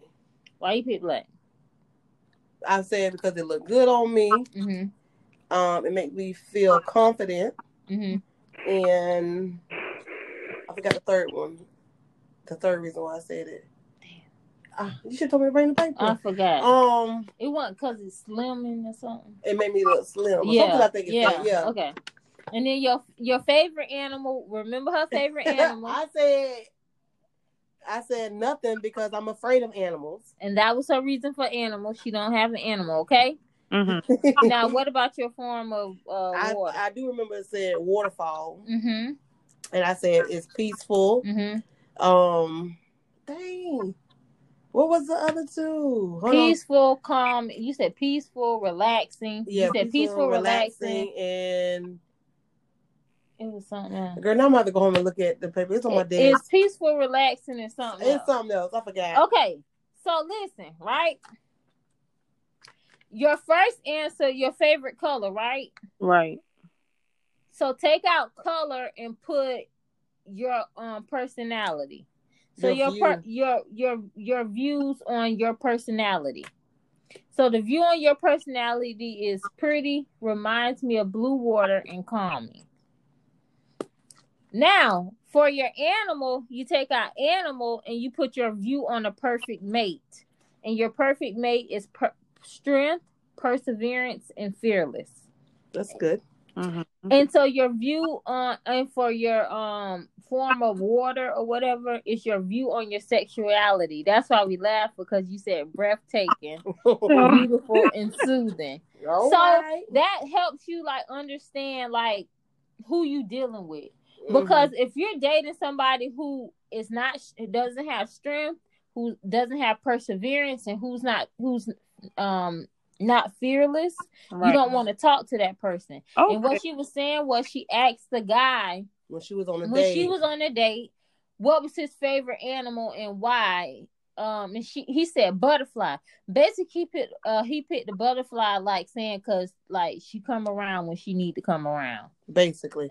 Speaker 1: Why you pick black?
Speaker 3: I said because it looked good on me.
Speaker 1: hmm
Speaker 3: Um, it made me feel confident,
Speaker 1: hmm
Speaker 3: and I forgot the third one. The third reason why I said it. Ah, you should told me to bring the paper.
Speaker 1: I forgot.
Speaker 3: um,
Speaker 1: it wasn't because it's slimming or something.
Speaker 3: it made me look slim. Or
Speaker 1: Yeah,
Speaker 3: something I think it's
Speaker 1: yeah,
Speaker 3: like, yeah.
Speaker 1: Okay. And then your your favorite animal. Remember her
Speaker 3: [laughs]
Speaker 1: favorite animal,
Speaker 3: I said, I said nothing because I'm afraid of animals. [laughs]
Speaker 1: and that was her reason for animal. She don't have an animal. Okay.
Speaker 2: Mhm.
Speaker 3: [laughs]
Speaker 1: now, what about your form of uh,
Speaker 3: I,
Speaker 1: water?
Speaker 3: I do remember it said waterfall,
Speaker 1: hmm
Speaker 3: and I said it's peaceful.
Speaker 1: hmm
Speaker 3: Um, dang, what was the other two? Hold on.
Speaker 1: Peaceful, calm. You said peaceful, relaxing.
Speaker 3: Yeah,
Speaker 1: you said peaceful, relaxing.
Speaker 3: and
Speaker 1: It was something. Else.
Speaker 3: girl, now I'm about to go home and look at the paper. It's on my
Speaker 1: It-
Speaker 3: desk.
Speaker 1: It's peaceful, relaxing, and something.
Speaker 3: It's
Speaker 1: else.
Speaker 3: something else. I forgot.
Speaker 1: Okay, so listen, right? Your first answer, your favorite color, right?
Speaker 2: Right.
Speaker 1: So take out color and put your um personality. So your
Speaker 3: Your
Speaker 1: per- your your your views on your personality. So the view on your personality is pretty, reminds me of blue water and calming. Now, for your animal, you take out animal and you put your view on a perfect mate. And your perfect mate is per- strength, perseverance, and fearless.
Speaker 3: That's good. [laughs]
Speaker 2: Mhm.
Speaker 1: And so your view on and for your um form of water or whatever is your view on your sexuality. That's why we laugh because you said
Speaker 3: [laughs]
Speaker 1: breathtaking, beautiful, and soothing.
Speaker 3: Oh. All
Speaker 1: so
Speaker 3: right.
Speaker 1: that helps you like understand like who you dealing with
Speaker 3: Mm-hmm.
Speaker 1: because if you're dating somebody who is not who doesn't have strength who doesn't have perseverance and who's not who's um not fearless
Speaker 2: Right.
Speaker 1: you don't want to talk to that person
Speaker 2: okay.
Speaker 1: and what she was saying was she asked the guy
Speaker 3: Mm-hmm. when she was on the
Speaker 1: when
Speaker 3: date,
Speaker 1: she was on a date what was his favorite animal and why um and she he said butterfly basically he picked uh he picked the butterfly like saying because like she come around when she need to come around
Speaker 3: basically.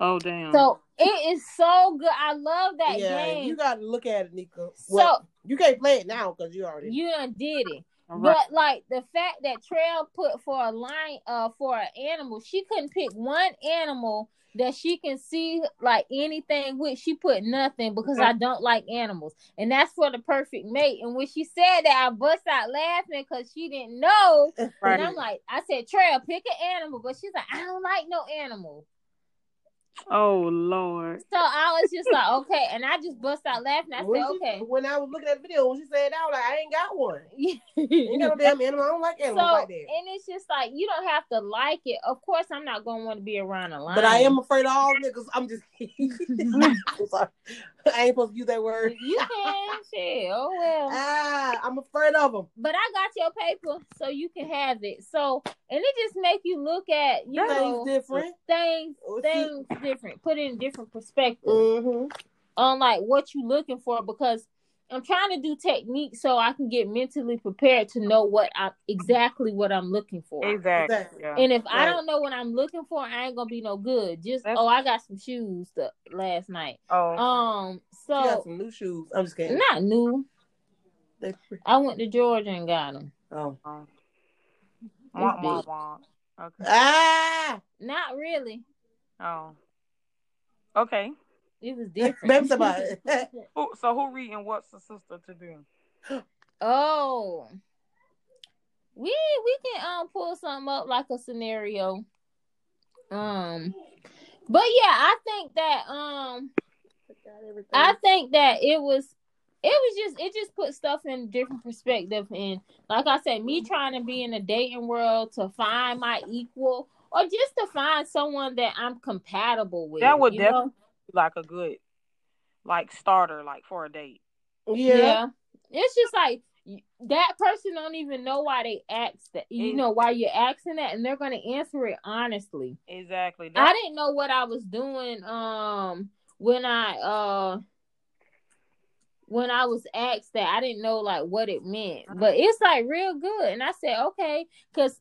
Speaker 2: oh damn.
Speaker 1: so it is so good. I love that
Speaker 3: Mm. yeah,
Speaker 1: game.
Speaker 3: you got to look at it, Nika.
Speaker 1: so
Speaker 3: Well, you can't play it now because you already.
Speaker 1: you done did it.
Speaker 2: right.
Speaker 1: But like the fact that Trail put for a line uh for an animal, she couldn't pick one animal that she can see like anything with. She put nothing because I don't like animals. And that's for the perfect mate. And when she said that, I bust out laughing because she didn't know.
Speaker 2: Right.
Speaker 1: And I'm like, I said, Trail, pick an animal. But she's like, I don't like no animal.
Speaker 2: oh lord.
Speaker 1: So I was just like, okay, and I just bust out laughing. I
Speaker 3: when,
Speaker 1: said,
Speaker 3: she-
Speaker 1: okay.
Speaker 3: when I was looking at the video, when she said that, I was like, I ain't got one.
Speaker 1: [laughs]
Speaker 3: Ain't got no
Speaker 1: so
Speaker 3: damn animal. I don't like animals like that.
Speaker 1: and it's just like you don't have to like it. Of course, I'm not gonna want to be around a lion.
Speaker 3: But I am afraid of [laughs] all niggas. I'm just. I'm sorry. I ain't supposed to use that word.
Speaker 1: [laughs] You can shit. Oh well.
Speaker 3: Ah, I'm afraid of them.
Speaker 1: but I got your paper, so you can have it. So, and it just make you look at you know
Speaker 3: Things different.
Speaker 1: things
Speaker 3: Oh, see-
Speaker 1: things different, put it in different perspective
Speaker 3: Mm-hmm.
Speaker 1: on like what you looking for because I'm trying to do techniques so I can get mentally prepared to know what I exactly what I'm looking for.
Speaker 2: Exactly.
Speaker 3: Exactly.
Speaker 2: Yeah.
Speaker 1: And if I
Speaker 3: Right.
Speaker 1: don't know what I'm looking for, I ain't gonna be no good. Just
Speaker 2: That's-
Speaker 1: oh, I got some shoes the, last night.
Speaker 2: oh,
Speaker 1: Um,
Speaker 3: She got
Speaker 1: so
Speaker 3: some new shoes. I'm just kidding.
Speaker 1: not new.
Speaker 3: They,
Speaker 1: I went to Georgia and got them.
Speaker 3: oh.
Speaker 2: um, wah, wah, wah. Okay.
Speaker 3: Ah!
Speaker 1: Not really.
Speaker 2: Oh. Okay.
Speaker 1: It was
Speaker 3: Baby
Speaker 1: different.
Speaker 3: [laughs] somebody.
Speaker 2: Who, so who reading what's the sister to do?
Speaker 1: [laughs] oh, we we can um pull something up like a scenario. Um, but yeah, I think that um I think that it was it was just it just put stuff in different perspective and like I said, me trying to be in the dating world to find my equal or just to find someone that I'm compatible with.
Speaker 2: That would
Speaker 1: you know?
Speaker 2: Like a good, like starter, like for a date.
Speaker 1: yeah.
Speaker 3: yeah.
Speaker 1: It's just like y- that person don't even know why they asked that. You
Speaker 2: Mm.
Speaker 1: know why you're asking that and they're gonna answer it honestly.
Speaker 2: Exactly.
Speaker 1: I
Speaker 2: That,
Speaker 1: didn't know what I was doing um when I uh when I was asked that I didn't know like what it meant.
Speaker 2: Uh-huh.
Speaker 1: But it's like real good. And I said, okay, because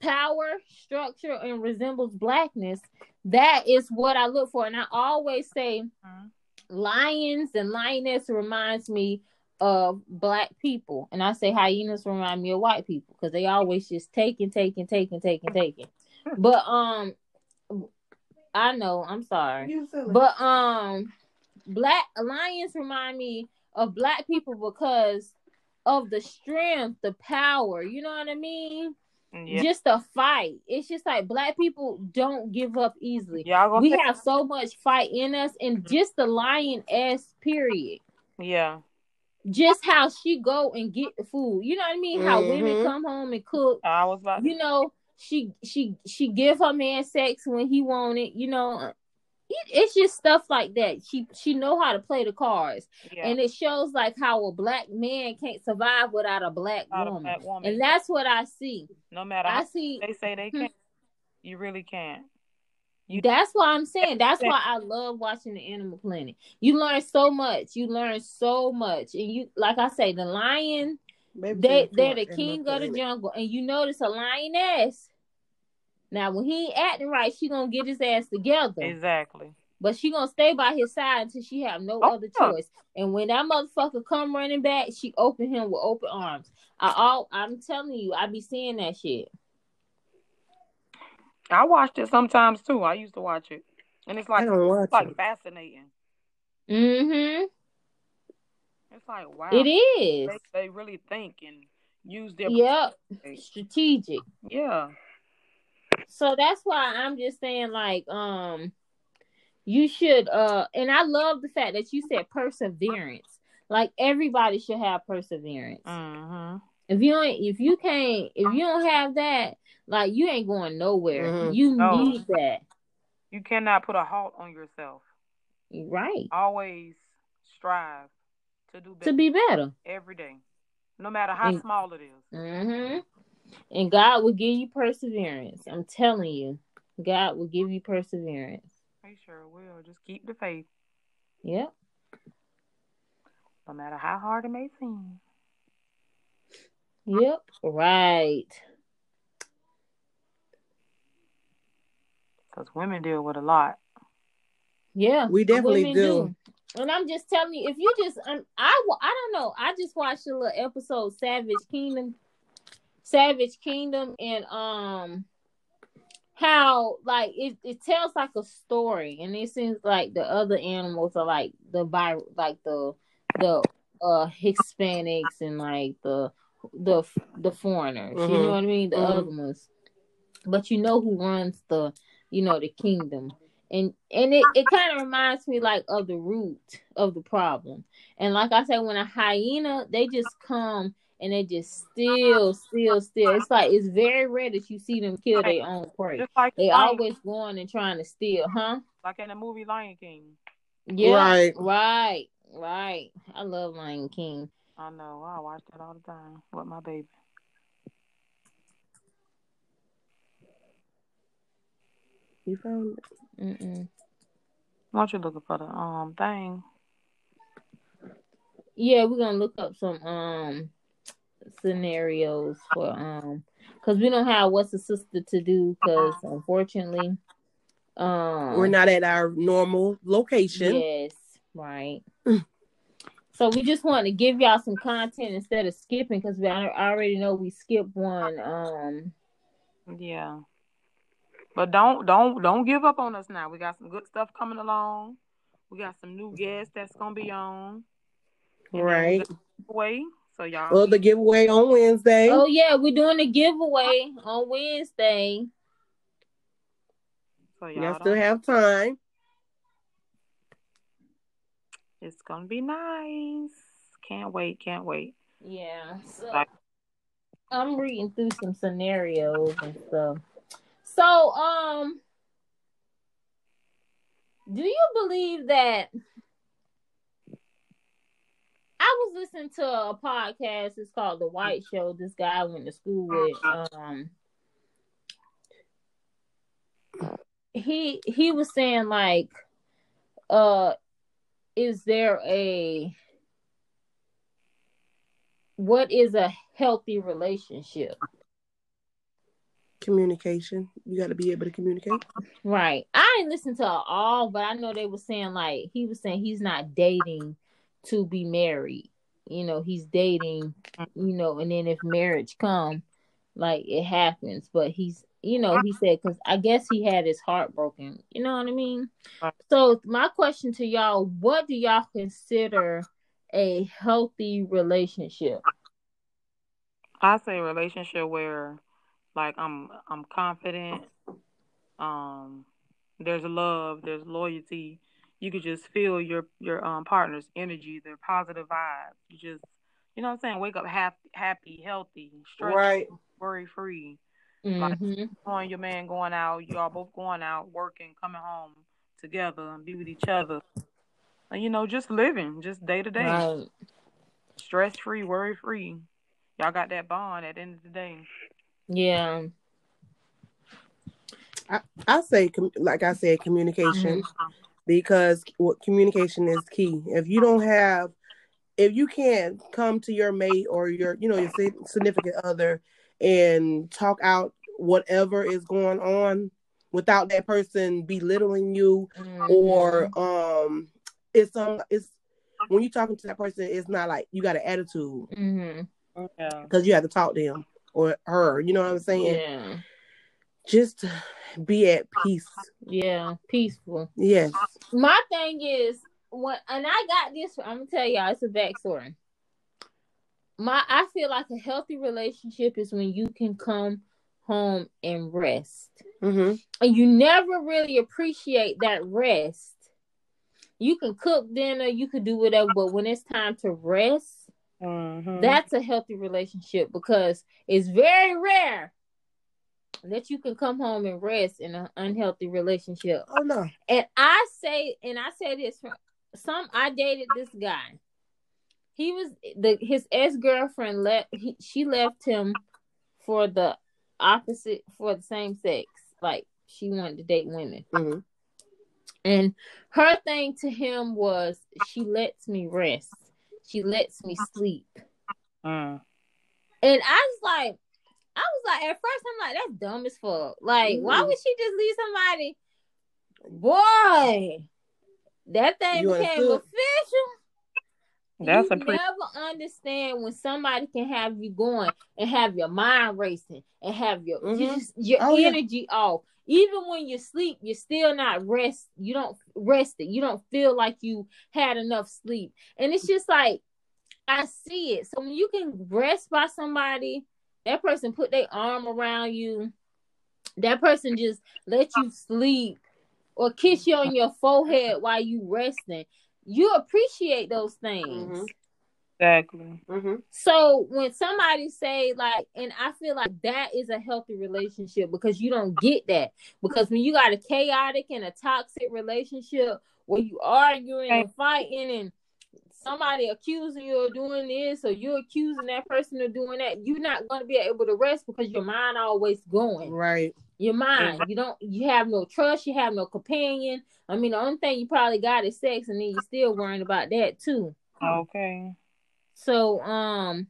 Speaker 1: power, structure, and resembles blackness. That is what I look for. And I always say
Speaker 2: Mhm.
Speaker 1: lions and lioness reminds me of black people. And I say hyenas remind me of white people because they always just taking, taking, taking, taking, taking. But um I know, I'm sorry.
Speaker 3: You silly.
Speaker 1: But um, black lions remind me of black people because of the strength, the power. You know what I mean?
Speaker 2: yeah.
Speaker 1: Just the fight. It's just like black people don't give up easily.
Speaker 2: Y'all gonna
Speaker 1: We
Speaker 2: take-
Speaker 1: have so much fight in us,
Speaker 2: Mm-hmm.
Speaker 1: and just the lion ass period.
Speaker 2: yeah.
Speaker 1: Just how she go and get the food. You know what I mean? How women
Speaker 3: Mhm.
Speaker 2: Mm-hmm.
Speaker 1: come home and cook
Speaker 2: I was about to
Speaker 1: you know she she she give her man sex when he want it you know it, it's just stuff like that she she know how to play the cards
Speaker 2: yeah.
Speaker 1: and it shows like how a black man can't survive without a black
Speaker 2: Not a
Speaker 1: woman
Speaker 2: black woman.
Speaker 1: and that's what i see
Speaker 2: no matter
Speaker 1: i
Speaker 2: how
Speaker 1: see Hmm.
Speaker 2: they say they can't, you really can't. you-
Speaker 1: that's why i'm saying that's why i love watching the animal planet you learn so much you learn so much and you like i say the lion
Speaker 3: Baby
Speaker 1: They
Speaker 3: said you
Speaker 1: they're
Speaker 3: are
Speaker 1: the
Speaker 3: in
Speaker 1: king of the
Speaker 3: feelings.
Speaker 1: jungle, and you notice a lioness. Now, when he ain't acting right, she gonna get his ass together,
Speaker 2: Exactly.
Speaker 1: but she gonna stay by his side until she have no
Speaker 2: Oh,
Speaker 1: other
Speaker 2: yeah.
Speaker 1: choice. And when that motherfucker come running back, she open him with open arms. I all I'm telling you, I be seeing that shit.
Speaker 2: I watched it sometimes too. I used to watch it, and it's
Speaker 3: I
Speaker 2: like
Speaker 3: don't watch
Speaker 2: like
Speaker 3: it.
Speaker 2: fascinating.
Speaker 1: Mm-hmm.
Speaker 2: It's like wow,
Speaker 1: It is.
Speaker 2: They, they really think and use their
Speaker 1: Yep. Strategic.
Speaker 2: yeah.
Speaker 1: So that's why I'm just saying, like, um, you should uh and I love the fact that you said perseverance. Like everybody should have perseverance.
Speaker 2: Mm-hmm.
Speaker 1: If you ain't if you can't if you don't have that, like you ain't going nowhere.
Speaker 3: Mhm.
Speaker 1: You
Speaker 2: No.
Speaker 1: need that.
Speaker 2: You cannot put a halt on yourself.
Speaker 1: Right.
Speaker 2: Always strive to do better
Speaker 1: To be better.
Speaker 2: every day, no matter how
Speaker 1: And-
Speaker 2: small it is.
Speaker 1: Mm-hmm. And God will give you perseverance. I'm telling you. God will give you perseverance.
Speaker 2: He sure will. Just keep the faith,
Speaker 1: Yep.
Speaker 2: no matter how hard it may seem.
Speaker 1: Yep. Right.
Speaker 2: Because women deal with a lot.
Speaker 1: Yeah,
Speaker 3: We definitely
Speaker 1: women
Speaker 3: do.
Speaker 1: And I'm just telling you, if you just, um, I, wa- I don't know. I just watched a little episode, Savage Kingdom, Savage Kingdom, and um, how like it, it tells like a story, and it seems like the other animals are like the vi- like the the uh Hispanics and like the the the foreigners. You know
Speaker 3: Mhm.
Speaker 1: what I mean? The
Speaker 3: Mhm.
Speaker 1: other ones, but you know who runs the you know the kingdom and and it, it kind of reminds me like of the root of the problem and like i said when a hyena they just come and they just steal steal steal it's like it's very rare that you see them kill their own prey
Speaker 2: Just like
Speaker 1: they
Speaker 2: Lion-
Speaker 1: always going and trying to steal huh
Speaker 2: like in the movie Lion King.
Speaker 1: yeah
Speaker 3: Right.
Speaker 1: right right Right. I love Lion King.
Speaker 2: I know. I watch that all the time with my baby.
Speaker 3: You found it.
Speaker 1: Mm-mm.
Speaker 2: Why don't you looking for the um thing?
Speaker 1: Yeah, we're gonna look up some um scenarios for um because we don't have what's a sister to do because unfortunately um
Speaker 3: We're not at our normal location.
Speaker 1: Yes, right. so we just wanted to give y'all some content instead of skipping because I I already know we skipped one. Um,
Speaker 2: Yeah. But don't don't don't give up on us now. We got some good stuff coming along. We got some new guests that's gonna be on. And then we
Speaker 3: Right.
Speaker 2: got a giveaway. So y'all
Speaker 3: Well, the giveaway on Wednesday.
Speaker 1: oh yeah, we're doing a giveaway on Wednesday.
Speaker 2: so y'all
Speaker 3: y'all
Speaker 2: don't-
Speaker 3: still have time.
Speaker 2: it's gonna be nice. Can't wait, can't wait.
Speaker 1: Yeah. So
Speaker 2: Right.
Speaker 1: I'm reading through some scenarios and stuff. So, um, do you believe that? I was listening to a podcast. It's called The White Show. This guy I went to school with. Um, he he was saying like, uh, is there a what is a healthy relationship?
Speaker 3: Communication. You got to be able to communicate.
Speaker 1: Right. I didn't listen to it all, but I know they were saying like he was saying he's not dating to be married. You know, he's dating, you know, and then if marriage come, like it happens. But he's, you know, he said because I guess he had his heart broken. You know what I mean?
Speaker 2: Right.
Speaker 1: So my question to y'all: What do y'all consider a healthy relationship?
Speaker 2: I say relationship where like I'm I'm confident. Um there's love, there's loyalty. You could just feel your your um partner's energy, their positive vibe. You just you know what I'm saying, wake up happy happy, healthy, stress worry free.
Speaker 1: hmm
Speaker 2: On your man going out, y'all both going out, working, coming home together and be with each other. And you know, just living, just day to day.
Speaker 1: Right.
Speaker 2: Stress free, worry free. Y'all got that bond at the end of the day.
Speaker 1: Yeah.
Speaker 3: I say, com- like I said, communication because what communication is key. If you don't have, if you can't come to your mate or your, you know, your sig- significant other and talk out whatever is going on without that person belittling you
Speaker 1: Mhm.
Speaker 3: or um, it's some it's when you're talking to that person, it's not like you got an attitude
Speaker 1: Mhm.
Speaker 2: Yeah.
Speaker 3: because you have to talk to him or her. You know what I'm saying?
Speaker 1: Yeah.
Speaker 3: Just be at peace.
Speaker 1: Yeah. Peaceful.
Speaker 3: Yes.
Speaker 1: my thing is when and I got this I'm gonna tell y'all it's a backstory. My I feel like a healthy relationship is when you can come home and rest.
Speaker 3: hmm
Speaker 1: And you never really appreciate that rest. You can cook dinner, you can do whatever, but when it's time to rest,
Speaker 2: Mm-hmm.
Speaker 1: that's a healthy relationship because it's very rare that you can come home and rest in an unhealthy relationship.
Speaker 3: Oh no.
Speaker 1: And I say, and I say this from some. I dated this guy. He was the his ex girlfriend left. He, she left him for the opposite for the same sex. Like she wanted to date women,
Speaker 3: Mhm.
Speaker 1: and her thing to him was she lets me rest. She lets me sleep.
Speaker 2: Mm.
Speaker 1: And I was like, I was like, at first I'm like, that's dumb as fuck. Like, why
Speaker 3: Mhm.
Speaker 1: would she just leave somebody? Boy, that thing
Speaker 3: You
Speaker 1: became
Speaker 3: understood?
Speaker 1: official.
Speaker 2: That's
Speaker 1: you
Speaker 2: a pretty
Speaker 1: never understand when somebody can have you going and have your mind racing and have your you
Speaker 3: Mhm.
Speaker 1: just, [laughs] your
Speaker 3: Oh, yeah.
Speaker 1: energy off. Even when you sleep, you're still not rest. You don't rested. You don't feel like you had enough sleep, and it's just like I see it. So when you can rest by somebody, that person put their arm around you. That person just let you sleep or kiss you on your forehead while you resting. You appreciate those things.
Speaker 3: Mhm.
Speaker 2: exactly.
Speaker 3: Mm-hmm.
Speaker 1: So when somebody say like, and I feel like that is a healthy relationship because you don't get that because when you got a chaotic and a toxic relationship where you arguing and fighting and somebody accusing you of doing this or you're accusing that person of doing that, you're not going to be able to rest because your mind always going.
Speaker 3: Right.
Speaker 1: Your mind, you don't, you have no trust, you have no companion. I mean, the only thing you probably got is sex, and then you're still worrying about that too.
Speaker 2: Okay.
Speaker 1: So, um,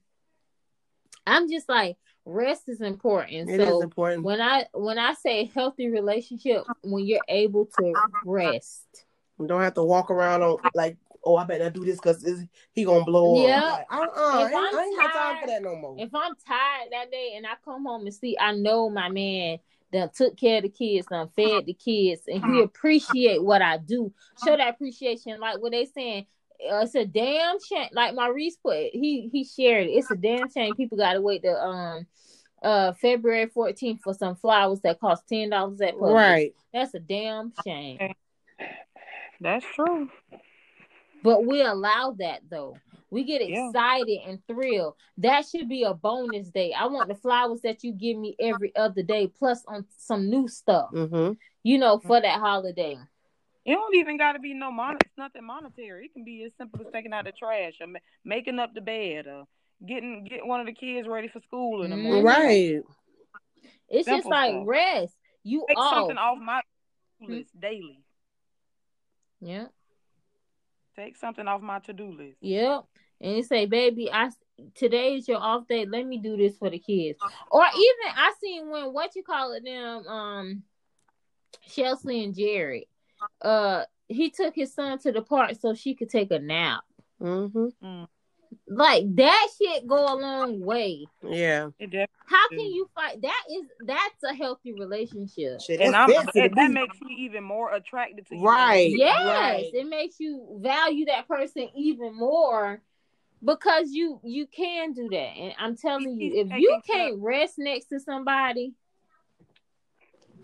Speaker 1: I'm just like rest is important.
Speaker 3: It is
Speaker 1: so
Speaker 3: important.
Speaker 1: when I when I say healthy relationship, when you're able to rest,
Speaker 3: You don't have to walk around on like, oh, I better do this because he gonna blow
Speaker 1: Yeah.
Speaker 3: up. Like, uh-uh,
Speaker 1: If
Speaker 3: ain't-
Speaker 1: I'm
Speaker 3: I ain't got time for
Speaker 1: tired-
Speaker 3: that no more.
Speaker 1: If I'm tired that day and I come home and see, I know my man done took care of the kids, done fed the kids, and he appreciate what I do. Show that appreciation, like what they saying. uh, It's a damn shame. Like Maurice put, it, he he shared. It. It's a damn shame people got to wait to um uh February 14th for some flowers that cost ten dollars at Publix.
Speaker 3: right.
Speaker 1: That's a damn shame.
Speaker 2: That's true.
Speaker 1: But we allow that though. We get
Speaker 2: Yeah.
Speaker 1: excited and thrilled. That should be a bonus day. I want the flowers that you give me every other day, plus on some new stuff,
Speaker 3: Mm-hmm.
Speaker 1: you know, for that holiday.
Speaker 2: It don't even got to be no mon- it's nothing monetary. It can be as simple as taking out the trash or ma- making up the bed or getting get one of the kids ready for school in the
Speaker 1: Mm-hmm.
Speaker 2: morning.
Speaker 3: Right.
Speaker 1: It's just
Speaker 2: Simple
Speaker 1: like
Speaker 2: stuff.
Speaker 1: rest. You
Speaker 2: Take
Speaker 1: all,
Speaker 2: something off my
Speaker 1: Mm-hmm.
Speaker 2: to-do list daily.
Speaker 1: yeah,
Speaker 2: Take something off my to-do list.
Speaker 1: yeah. And you say, baby, I today is your off day. Let me do this for the kids. Or e-, even I seen when what you call it them, um, Chelsea and Jerry. Uh, he took his son to the park so she could take a nap.
Speaker 3: Mm-hmm.
Speaker 1: like that shit go a long way
Speaker 3: Yeah.
Speaker 2: It def-
Speaker 1: how can
Speaker 2: Mm.
Speaker 1: you fight that is that's a healthy relationship
Speaker 3: Shit,
Speaker 2: and I'm,
Speaker 3: that's it to
Speaker 2: that,
Speaker 3: the
Speaker 2: that
Speaker 3: beat.
Speaker 2: makes me even more attracted to you.
Speaker 3: Right.
Speaker 1: yes
Speaker 3: right.
Speaker 1: it makes you value that person even more because you you can do that and i'm telling you if you can't rest next to somebody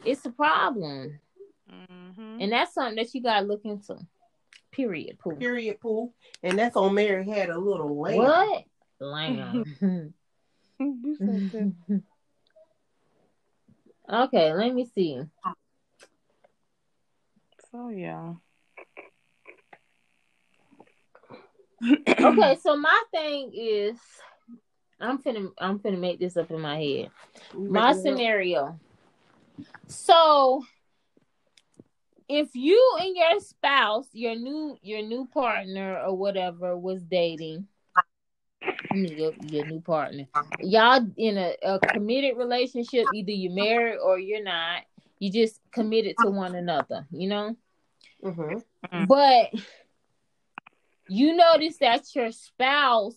Speaker 1: it's a problem
Speaker 2: Mm-hmm.
Speaker 1: and that's something that you gotta look into period Pooh.
Speaker 3: Period pool. And that's on Mary had a little lamb.
Speaker 1: what Lamb. [laughs] okay let me see
Speaker 2: [laughs] so yeah.
Speaker 1: okay, so my thing is, I'm finna, I'm finna make this up in my head.
Speaker 3: You
Speaker 1: My
Speaker 3: making it
Speaker 1: scenario. So, if you and your spouse, your new, your new partner or whatever was dating, I mean, your, your new partner, y'all in a, a committed relationship. Either you're married or you're not. You just committed to one another. You know.
Speaker 3: up? Mhm.
Speaker 2: Mm.
Speaker 1: But you notice that your spouse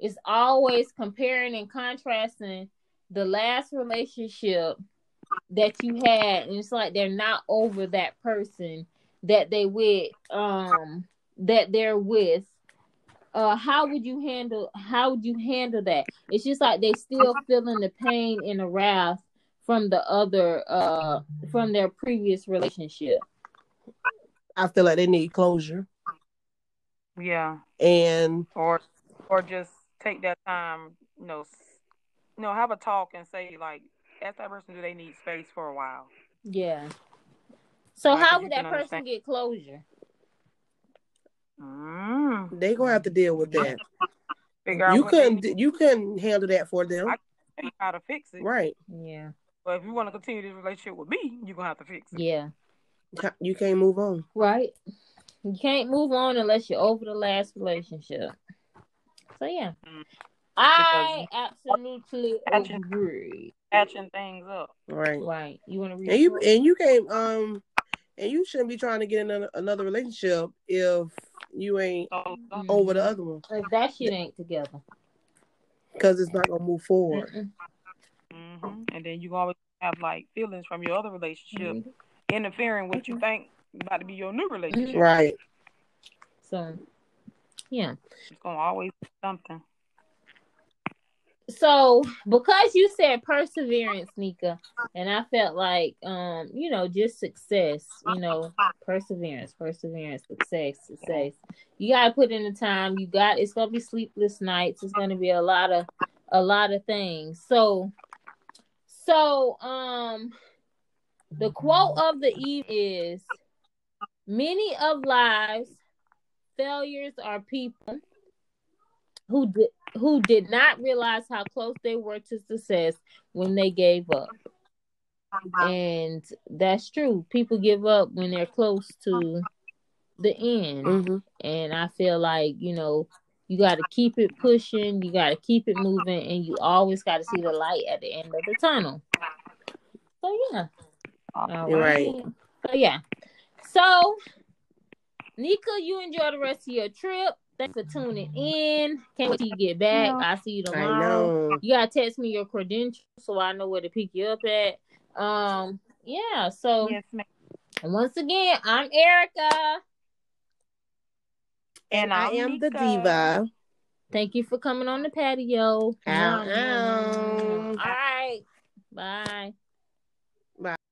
Speaker 1: is always comparing and contrasting the last relationship that you had, and it's like they're not over that person that they with, um, that they're with. Uh, how would you handle? How would you handle that? It's just like they still feeling the pain and the wrath from the other, uh, from their previous relationship.
Speaker 3: I feel like they need closure.
Speaker 2: Yeah.
Speaker 3: And
Speaker 2: or or just take that time, you know, s- you know, have a talk and say like, ask that person do they need space for a while.
Speaker 1: Yeah. So
Speaker 2: Like,
Speaker 1: how
Speaker 2: if
Speaker 1: would
Speaker 2: you
Speaker 1: that
Speaker 2: can
Speaker 1: person
Speaker 2: understand-
Speaker 1: get closure?
Speaker 2: Mm.
Speaker 3: they gonna have to deal with that.
Speaker 2: Figure out
Speaker 3: you
Speaker 2: what they
Speaker 3: couldn't
Speaker 2: need
Speaker 3: you couldn't handle that for them.
Speaker 2: I- and how to fix it.
Speaker 3: Right.
Speaker 1: Yeah.
Speaker 2: But if you want to continue this relationship with me, you're gonna have to fix it.
Speaker 1: Yeah.
Speaker 3: You can't move on.
Speaker 1: Right. You can't move on unless you're over the last relationship. So yeah.
Speaker 2: Mm.
Speaker 1: I absolutely
Speaker 2: Action.
Speaker 1: agree.
Speaker 2: Patching things up.
Speaker 3: Right.
Speaker 1: Right. You wanna read
Speaker 3: And you
Speaker 1: the
Speaker 3: and you can't um and you shouldn't be trying to get in another, another relationship if you ain't
Speaker 2: So,
Speaker 1: Mhm.
Speaker 3: over the other one
Speaker 1: book? If that shit ain't together.
Speaker 3: because it's not gonna move forward.
Speaker 1: Mm-mm.
Speaker 3: Mm-hmm.
Speaker 2: hmm And then you always have like feelings from your other relationship
Speaker 3: Mm-hmm.
Speaker 2: interfering with you think about to be your new relationship.
Speaker 3: Right.
Speaker 1: So yeah.
Speaker 2: It's gonna always be something.
Speaker 1: So because you said perseverance, Nika, and I felt like um, you know, just success, you know, perseverance, perseverance, success, success. You gotta put in the time. You got it's gonna be sleepless nights. It's gonna be a lot of a lot of things. So so um the quote of the eve is many of lives failures are people who did who did not realize how close they were to success when they gave up. And that's true. People give up when they're close to the end.
Speaker 3: Mm-hmm.
Speaker 1: And I feel like, you know, you got to keep it pushing, you got to keep it moving, and you always got to see the light at the end of the tunnel. So, yeah. All
Speaker 3: You're
Speaker 1: right. So, yeah. So, Nika, you enjoy the rest of your trip. Thanks for tuning in. Can't wait till you get back. I'll see you
Speaker 3: I
Speaker 1: tomorrow.
Speaker 3: know.
Speaker 1: You gotta text me your credentials so I know where to pick you up at. Um, yeah. So
Speaker 2: Yes, ma'am.
Speaker 1: once again, I'm Erica.
Speaker 2: And
Speaker 3: I
Speaker 2: I'm
Speaker 3: am the
Speaker 2: Nika.
Speaker 3: diva.
Speaker 1: Thank you for coming on the patio.
Speaker 3: Ow, ow.
Speaker 1: All right. Bye.